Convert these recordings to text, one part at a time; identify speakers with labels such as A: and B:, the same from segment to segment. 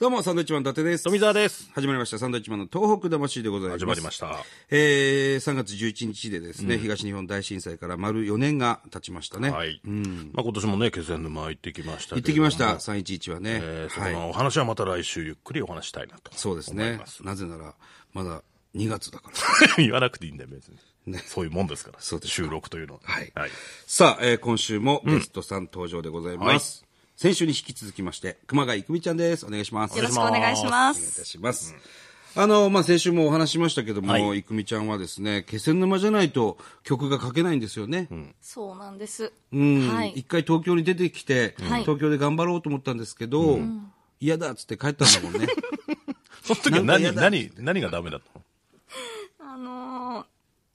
A: どうも、サンドイッチマン伊達です。
B: 富澤です。
A: 始まりました。サンドイッチマンの東北魂でございます。
B: 始まりました。
A: えー、3月11日でですね、東日本大震災から丸4年が経ちましたね。
B: はい。まあ今年もね、気仙沼行ってきまし
A: 行
B: たけ
A: って
B: れ
A: き
B: ども
A: ました、311はね。
B: えーそ
A: はい。
B: のお話はまた来週ゆっくりお話したいなと。
A: そうです
B: 思い
A: ね
B: ま。す
A: なぜなら、まだ2月だから。
B: 言わなくていいんだよ、別に。そういうもんですから。
A: そうです
B: 収録というのは。
A: はいさあ、えー今週もゲストさん登場でございます。先週に引き続きまして、熊谷育美ちゃんです。お願いします。
C: よろしくお願いしま
A: お願いいた
C: す。
A: します。あの、まあ、先週もお話ししましたけども、
B: はい
A: いくみちゃんはですね、気仙沼じゃないと曲が書けないんですよね。うん。
C: そうなんです。は
A: 一
C: い。
A: 回東京に出てきて、
C: はい
A: 東京で頑張ろうと思ったんですけど、嫌だっつって帰ったんだもん ね。
B: その時は
A: なんか
B: 何、
A: 嫌だ
B: 何、何がダメだったの
C: あのー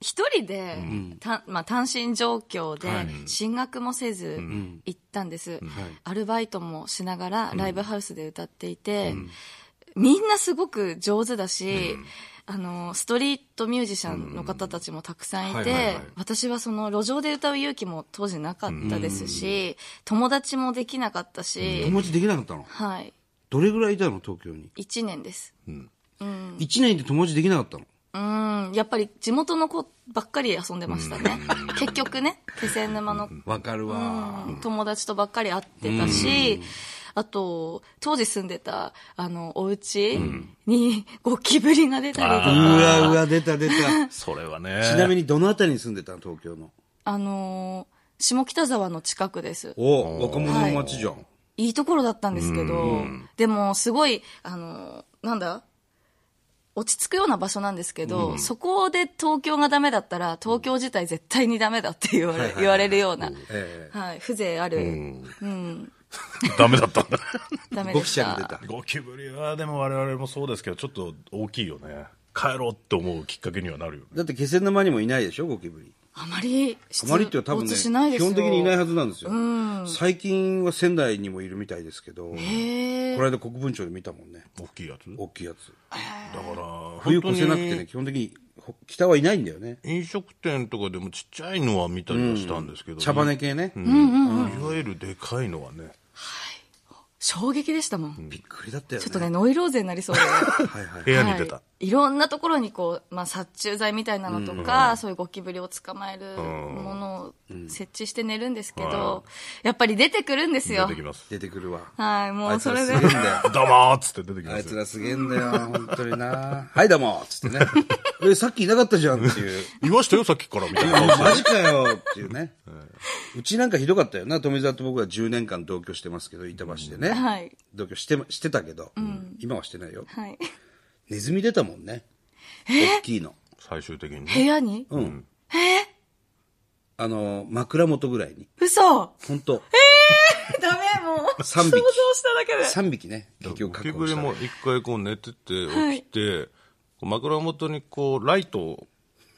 C: 一人で、たまあ、単身状況で、進学もせず、行ったんです、アルバイトもしながら、ライブハウスで歌っていて、みんなすごく上手だし、あのーストリートミュージシャンの方たちもたくさんいて、
A: うんはいはいはい
C: 私はその路上で歌う勇気も当時なかったですし、友達もできなかったし、
A: 友達できなかったの。
C: はい。
A: どれぐらいいたの、東京に。
C: 1年です。
A: 1年で友達できなかったの。
C: うん、やっぱり地元の子ばっかり遊んでましたね。結局ね、気仙沼の
A: わかるわ。
C: 友達とばっかり会ってたし、あと、当時住んでた、あの、お家にゴキブリが出たりと
A: う
C: か、
A: わうわ、出た出た。
B: それはね。
A: ちなみにどのあたりに住んでたの、東京の。
C: あのー下北沢の近くです。
A: お若者の街じゃん。
C: いいところだったんですけど、でもすごい、あのーなんだ落ち着くような場所なんですけど、そこで東京がダメだったら、東京自体絶対にダメだって言われ言われるような。
A: え
C: はい、風情ある。うん。
B: ダメだったんだ。
C: ダ
A: え
C: メ
A: ゴ
C: で
A: キ
C: し
A: シャ
C: た。
A: ル出た。
B: ゴキブリは、でも我々もそうですけど、ちょっと大きいよね。帰ろうって思うきっかけにはなるよね。
A: だって気仙沼にもいないでしょ、ゴキブリ。
C: あまり
A: あ
C: 出
A: まりっていうか多分ね、
C: 没し
A: 基
C: ないですよ
A: 本的にいないはずなんですよ。
C: ん
A: 最近は仙台にもいるみたいですけど、こ
C: へ
A: の
C: ー
A: 間国分町で見たもんね。
B: 大きいやつ。だ
A: 大きいやつ。
B: から、
A: 冬
B: 冬
A: 越せなくてね、基本的にほ北はいないんだよね。
B: 飲食店とかでもちっちゃいのは見たりはしたんですけど、
A: 茶羽系ね。
B: いわゆるでかいのはね、
C: 衝撃でしたもん。
A: びっくりだったよね。
C: ちょっとね、ノイローゼになりそう で。
A: はいはい。
B: 部屋に出た。
C: はい、いろんなところにこう、まあ、殺虫剤みたいなのとか、そういうゴキブリを捕まえるものを設置して寝るんですけど、やっぱり出てくるんです
B: 出
C: よ
B: て。きます。
A: 出てくるわ。
C: はい、も
A: あいうつ
C: そ
A: ら
C: れ
A: す
C: で
A: げえん。だよ。
B: だまーっつって出てき
A: あ
B: ま
A: いつ
B: す。
A: らすげえんだよ、本当にな。はい、どうもつ ってね。え、さっきいなかったじゃんっていう。
B: いましたよ、さっきからみたい な。
A: マジかよっていうね。うちなんかひどかったよな。富澤と僕は10年間同居してますけど、板橋でね。
C: はい。
A: 同居してましてたけど、今はしてないよ。
C: はい。
A: ネズミ出たもんね。大きいの。
B: 最終的に
C: 部
B: ね。
C: 屋に
A: うん。あの、枕元ぐらいに。
C: 嘘
A: ほんと、
C: ダメ、もう。
A: 三
C: 想
A: 匹
C: 像しただけで。
A: 3匹ね、結局
B: ゴキ
A: 確
B: ブ
A: 保
B: リ
A: した。
B: も一回こう寝てて起きて、こう枕元にこうライトを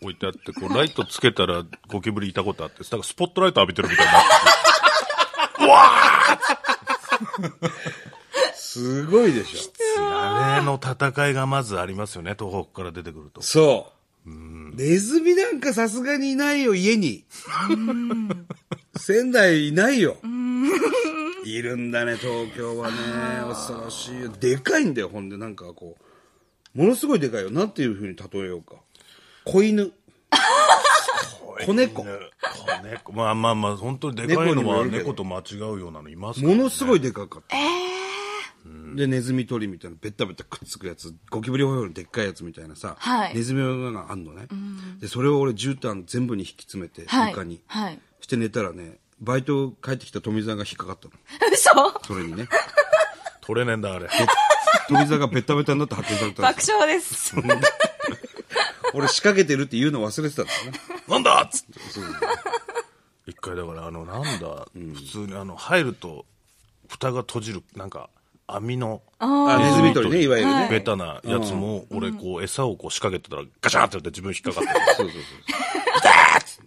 B: 置いてあって、こうライトつけたらゴキブリいたことあって、なんかスポットライト浴びてるみたいな。
A: すごいでしょ。
B: あれの戦いがまずありますよね、東北から出てくると。
A: そう。ネズミなんかさすがにいないよ、家に。仙台いないよ。いるんだね、東京はね。恐ろしいよ。でかいんだよ、ほんで、なんかこう。ものすごいでかいよ。なんていうふうに例えようか。子犬。 子猫
B: 子猫。まあまあまあ、本当にでかい
A: 猫に
B: の
A: もよ
B: は
A: るけど
B: 猫と間違うようなのいますから
A: も
B: ね
A: のすごいでかかった。で、ネズミ捕りみたいな、ベッタベタくっつくやつ、ゴキブリホイールのでっかいやつみたいなさ、
C: はい
A: ネズミの穴があんのね。で、それを俺、絨毯全部に引き詰めて、
C: はい
A: 床に。
C: はい
A: して寝たらね、バイト帰ってきた富澤が引っかかったの。
C: 嘘
A: それにね。
B: 取れねえんだ、あれ。
A: 富澤がベタベタになって発見されたんで
C: 爆
A: す
C: 笑です。
A: よ俺仕掛けてるって言うの忘れてたんだよね。
B: なんだっつって。一回だから、あの、なんだ、普通にあの、入ると、蓋が閉じる、なんか、網の、
A: あネズミ捕りね、いわゆるね。
B: ベタなやつも、俺こう、餌をこう仕掛けてたら、ガシャーってやって自分引っかか って。
A: そうそうそう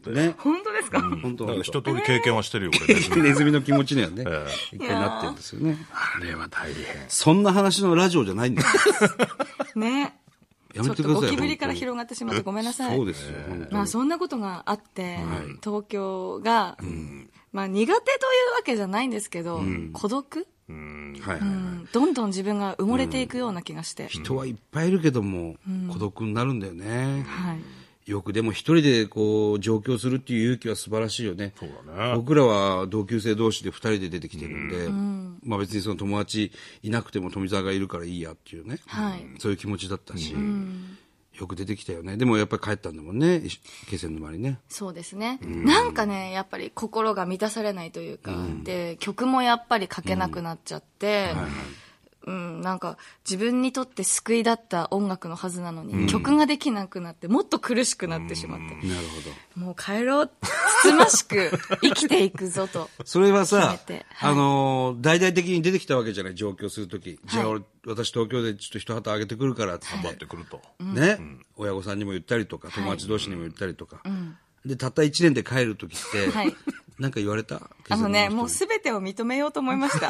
A: そう。ね。
C: 本当ですか、
A: 本当
B: だか
A: 本
B: ら一通り経験はしてるよ、俺、ネズミ。
A: 当ネズミの気持ちにはね、一回なってるんですよね。
B: あれは大変。
A: そんな話のラジオじゃないんだよ。
C: ね。
A: やめてください
C: ちょっとゴキブリか
A: 本当
C: ら
A: に
C: 広がってしまってごめんなさい。
A: そうですよ、本当
C: まあ
A: に。
C: そんなことがあって、東京が、まあ苦手というわけじゃないんですけど、孤独
A: うんはいはいは
C: う
A: い
C: ん、どんどん自分が埋もれていくような気がして、
A: 人はいっぱいいるけども、孤独になるんだよね。
C: はい、
A: よくでも一人でこう上京するっていう勇気は素晴らしいよね。
B: そうだね
A: 僕らは同級生同士で二人で出てきてるんで、まあ別にその友達いなくても富澤がいるからいいやっていうね、
C: はい
A: そういう気持ちだったし、よく出てきたよね。でもやっぱり帰ったんだもんね、気仙沼にね。
C: そうですね、なんかねやっぱり心が満たされないというか、で曲もやっぱり書けなくなっちゃって、うんなんか自分にとって救いだった音楽のはずなのに、曲ができなくなってもっと苦しくなってしまって、
A: なるほど。
C: もう帰ろうつつましく生きていくぞと
A: それはさ
C: 決めて、はい
A: あのー大々的に出てきたわけじゃない、上京するとき。じゃあ俺、私東京でちょっと一旗あげてくるからって言って。
B: ってくると。
A: ね、親御さんにも言ったりとか、友達同士にも言ったりとか。で、たった1年で帰るときって、
C: はい
A: なんか言われた
C: あのね
A: 気仙沼人に
C: もう全てを認めようと思い ました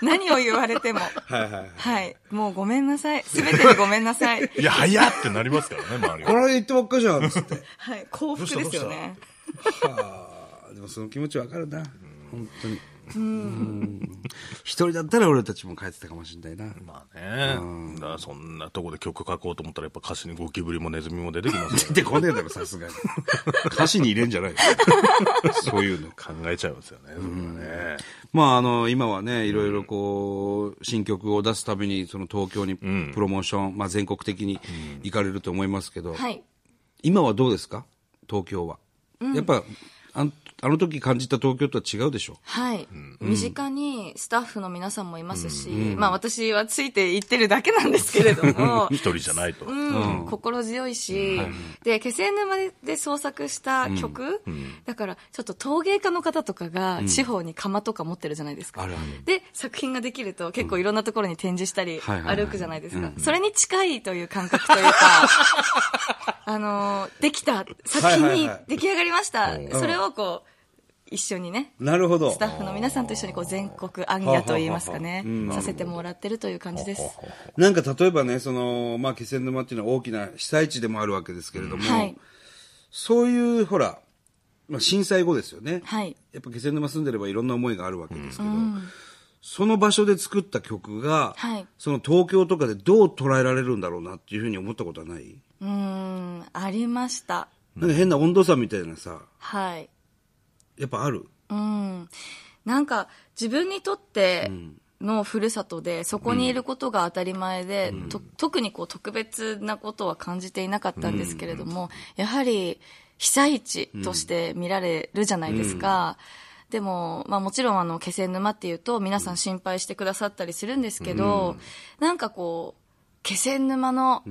C: 何を言われても
A: はいはいはい。
C: はいもうごめんなさい全てにごめんなさい
B: いや、早っってなりますからね、周り
A: こ
B: は。
A: の間言ってばっかじゃん、つって。
C: はい幸福ですよね
A: は あ、でもその気持ちわかるな。本当に。うん一人だったら俺たちも帰ってたかもしれないな。
B: まあね。だからそんなとこで曲書こうと思ったら、やっぱ歌詞にゴキブリもネズミも出てきます
A: 出てこねえだろ、さすが に。歌詞に入れんじゃないよ そういうの。
B: からね。考えちゃいますよね、それはね。
A: まあ、あの、今はね、いろいろこう、新曲を出すたびに、その東京にプロモーション、まあ全国的に行かれると思いますけど、
C: はい
A: 今はどうですか東京は。やっぱ、あんあの時感じた東京とは違うでしょ
C: はい、身近にスタッフの皆さんもいますし、まあ私はついていってるだけなんですけれ ども
B: 一人じゃないと。
C: うん、心強いし、で気仙沼で創作した曲、だからちょっと陶芸家の方とかが地方に窯とか持ってるじゃないですか、
A: あるあ
C: で作品ができると結構いろんなところに展示した
A: はい
C: り
A: はいはい
C: 歩くじゃないですか、それに近いという感覚という かあのできた作品に出来上がりました、それをこう一緒にね
A: なるほど
C: スタッフの皆さんと一緒にこう全国暗夜といいますかね、させてもらってるという感じです。
A: なんか例えばね、その、まあ気仙沼っていうのは大きな被災地でもあるわけですけれども、
C: はい。
A: そういう、ほら、まあ震災後ですよね。
C: はい
A: やっぱ気仙沼住んでればいろんな思いがあるわけですけど、その場所で作った曲が、
C: はい
A: その東京とかでどう捉えられるんだろうなっていうふうに思ったことはない、
C: うーん、ありました。
A: なんか変な温度差みたいなさ、
C: はい。
A: やっぱある。
C: うん。なんか、自分にとってのふるさとで、そこにいることが当たり前で、と特にこう特別なことは感じていなかったんですけれども、やはり被災地として見られるじゃないですか。でも、まあもちろんあの、気仙沼っていうと皆さん心配してくださったりするんですけど、なんかこう、気仙沼の、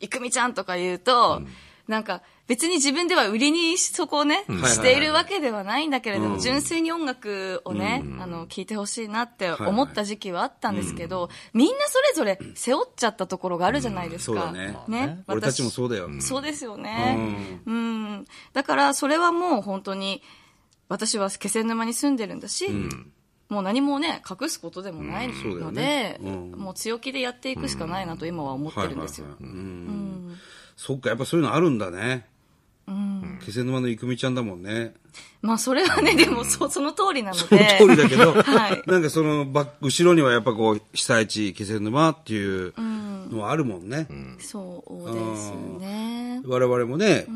C: いくみちゃんとか言うと、なんか別に自分では売りにそこをね、しているわけではないんだけれども、純粋に音楽をね、あの、聴いてほしいなって思った時期はあったんですけど、みんなそれぞれ背負っちゃったところがあるじゃないですか。
A: うんそうだね
C: ね
A: 俺たちもそうだよ。
C: そうですよね。うん。だから、それはもう本当に、私は気仙沼に住んでるんだし、もう何もね、隠すことでもない
A: んそうだよ
C: の
A: ね
C: で、
A: うん
C: もう強気でやっていくしかないなと今は思ってるんですよ。
A: はいはいはいうんそっか、やっぱそういうのあるんだね。気仙沼のいくみちゃんだもんね。
C: まあ、それはね、でも、そ、その通りなので。
A: その通りだけど、
C: はい
A: なんかそのバック後ろにはやっぱこう被災地気仙沼っていうのはあるもんね、
C: そうですね。
A: 我々もね、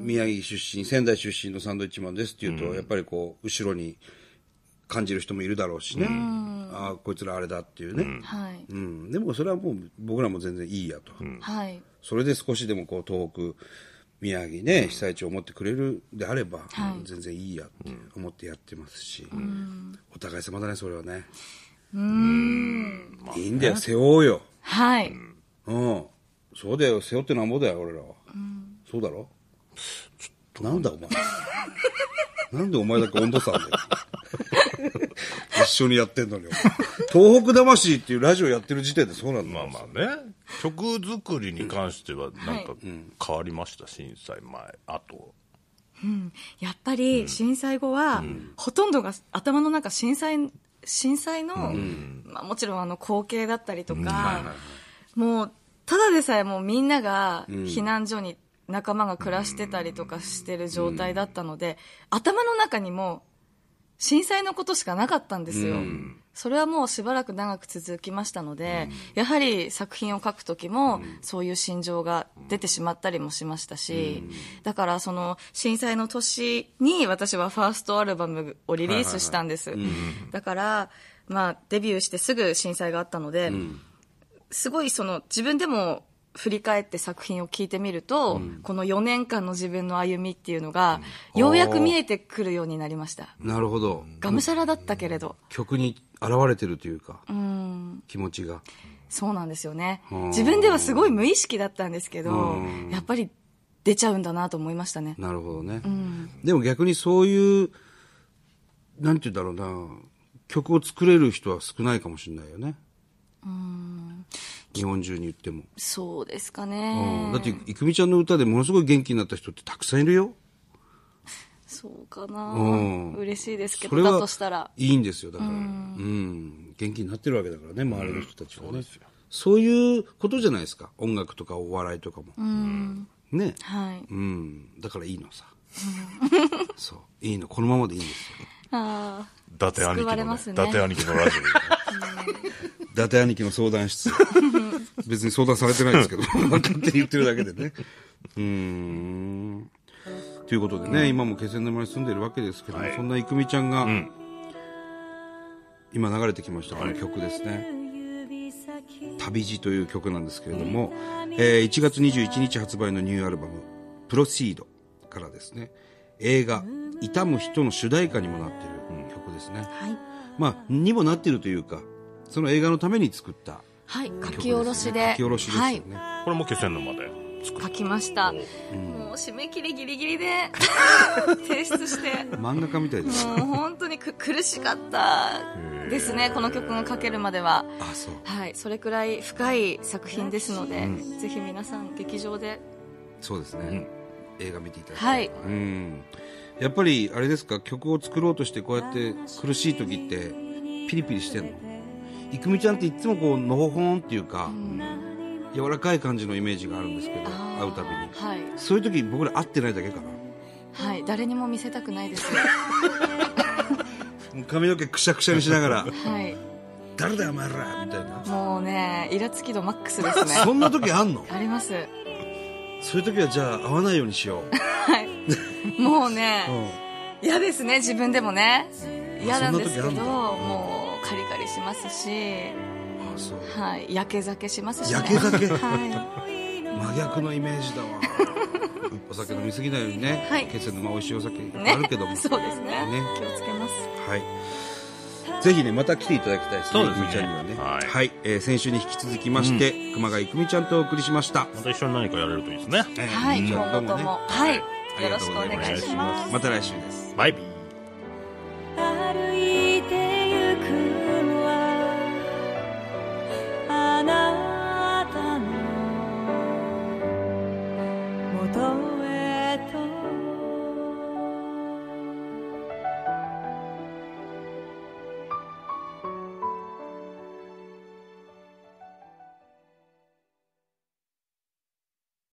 A: 宮城出身仙台出身のサンドイッチマンですっていうと、やっぱりこう後ろに感じる人もいるだろうしね、ああこいつらあれだっていうね、
C: はい。
A: うんでもそれはもう僕らも全然いいやと、
C: はい。
A: それで少しでもこう東北宮城ね被災地を思ってくれるであれば、
C: はい
A: 全然いいやって思ってやってますし、お互い様だねそれはねいいんだよ背負おうよ
C: はい。
A: うんそうだよ背負ってなんぼだよ俺らは、そうだろなんだお前なんでお前だけ温度差あんだよ一緒にやってんのにお前東北魂っていうラジオやってる時点でそうなんだ
B: まあまあね。曲作りに関しては、なんか変わりました、震災前。あと。
C: やっぱり震災後は、ほとんどが頭の中震災震災の、まあ、もちろんあの光景だったりとか、もうただでさえもうみんなが避難所に仲間が暮らしてたりとかしてる状態だったので、頭の中にも震災のことしかなかったんですよ、それはもうしばらく長く続きましたので、やはり作品を書く時も、そういう心情が出てしまったりもしましたし、だからその震災の年に私はファーストアルバムをリリースしたんです。だから、まあ、デビューしてすぐ震災があったので、すごいその自分でも振り返って作品を聞いてみると、この4年間の自分の歩みっていうのが、ようやく見えてくるようになりました。
A: なるほど。
C: がむしゃらだったけれど。
A: 曲に現れてるというか、気持ちが。
C: そうなんですよね。自分ではすごい無意識だったんですけど、やっぱり出ちゃうんだなと思いましたね。
A: なるほどね。でも逆にそういう、なんて言うんだろうな、曲を作れる人は少ないかもしれないよね。日本中に言っても。
C: そうですか
A: うん
C: ね。
A: だって、いくみちゃんの歌でものすごい元気になった人ってたくさんいるよ。
C: そうかな、
A: うん
C: 嬉しいですけ
A: そ
C: ど、
A: れは
C: だとしたら。
A: いいんですよ、だから。うん。元気になってるわけだからね、周りの人たちはね。そういうことじゃないですか。音楽とかお笑いとかも。ね。
C: はい。
A: うん。だからいいのさ。そう。いいの。このままでいいんですよ。
C: あ
B: 伊達兄貴
C: 救われ
B: の、
C: ま
B: ね
C: すね
B: 伊達兄貴のラジ
A: 伊達兄貴の相談室。 別に相談されてない ですけど、勝手に言ってるだけでね。うーん。ということでね、今も気仙沼に住んでるわけですけども、そんな郁美ちゃんが、今流れてきました、この曲ですね。旅路という曲なんですけれども、えー1月21日発売のニューアルバム「プロシード」からですね映画「痛む人」の主題歌にもなっている曲ですね、
C: はい。
A: まあにもなっているというかその映画のために作った
C: はい。書
A: 曲ですね
C: き下ろしで。
A: 書き下ろしですよ
C: は
A: ね
C: い。、
B: オ。これも気仙沼で。
C: 書きました。もう締め切りギリギリで提 出して。
A: 漫画家みたいですね
C: もう本当にく苦しかったですね、この曲が書けるまでは。
A: あそう
C: はい、それくらい深い作品ですので、ぜひ皆さん劇場で、
A: そうですね、映画見ていただいて、
C: はい、
A: うんやっぱりあれですか曲を作ろうとしてこうやって苦しい時ってピリピリしてんのいくみちゃんっていつもこうのほほんっていうか、柔らかい感じのイメージがあるんですけど
C: あー
A: 会うたびに
C: はい、
A: そういう時僕ら会ってないだけかな
C: はい、誰にも見せたくないです。
A: もう髪の毛くしゃくしゃにしながら
C: はい、
A: 「誰だよお前ら」みたいな
C: もうね、イラつき度マックスですね。
A: そんな時あんの
C: あります。
A: そういう時はじゃあ会わないように しよう、
C: も
A: う
C: うね、
A: ん
C: 嫌ですね、自分でもね。嫌なんですけど、
A: そんな時あんの
C: もうカリカリしますし、
A: あそう
C: はい、焼け酒しますし、ね。
A: 焼け酒
C: は
A: 真逆のイメージだ わお酒飲みすぎないようにね、
C: はい
A: 気仙沼美味しいお酒いっぱ
C: い、
A: い
C: ね、
A: あるけども、
C: そうですね。
A: ね
C: 気をつけます。
A: はい。ぜひね、また来ていただきたいですね。
B: そうですね
A: いくみちゃんにはね。は、
B: はいい
A: えー先週に引き続きまして、熊谷いくみちゃんとお送りしました。
B: また一緒に何かやれるといいですね。
A: えー
C: はい、
A: じゃ
C: 今
A: あ
C: 後とも、はい、
A: あり
C: よ
A: が
C: ろ
A: と
C: し
A: う
C: くお
A: ござい
C: 願いします。
A: また来週です。
B: バイビー。
D: 歩いてゆく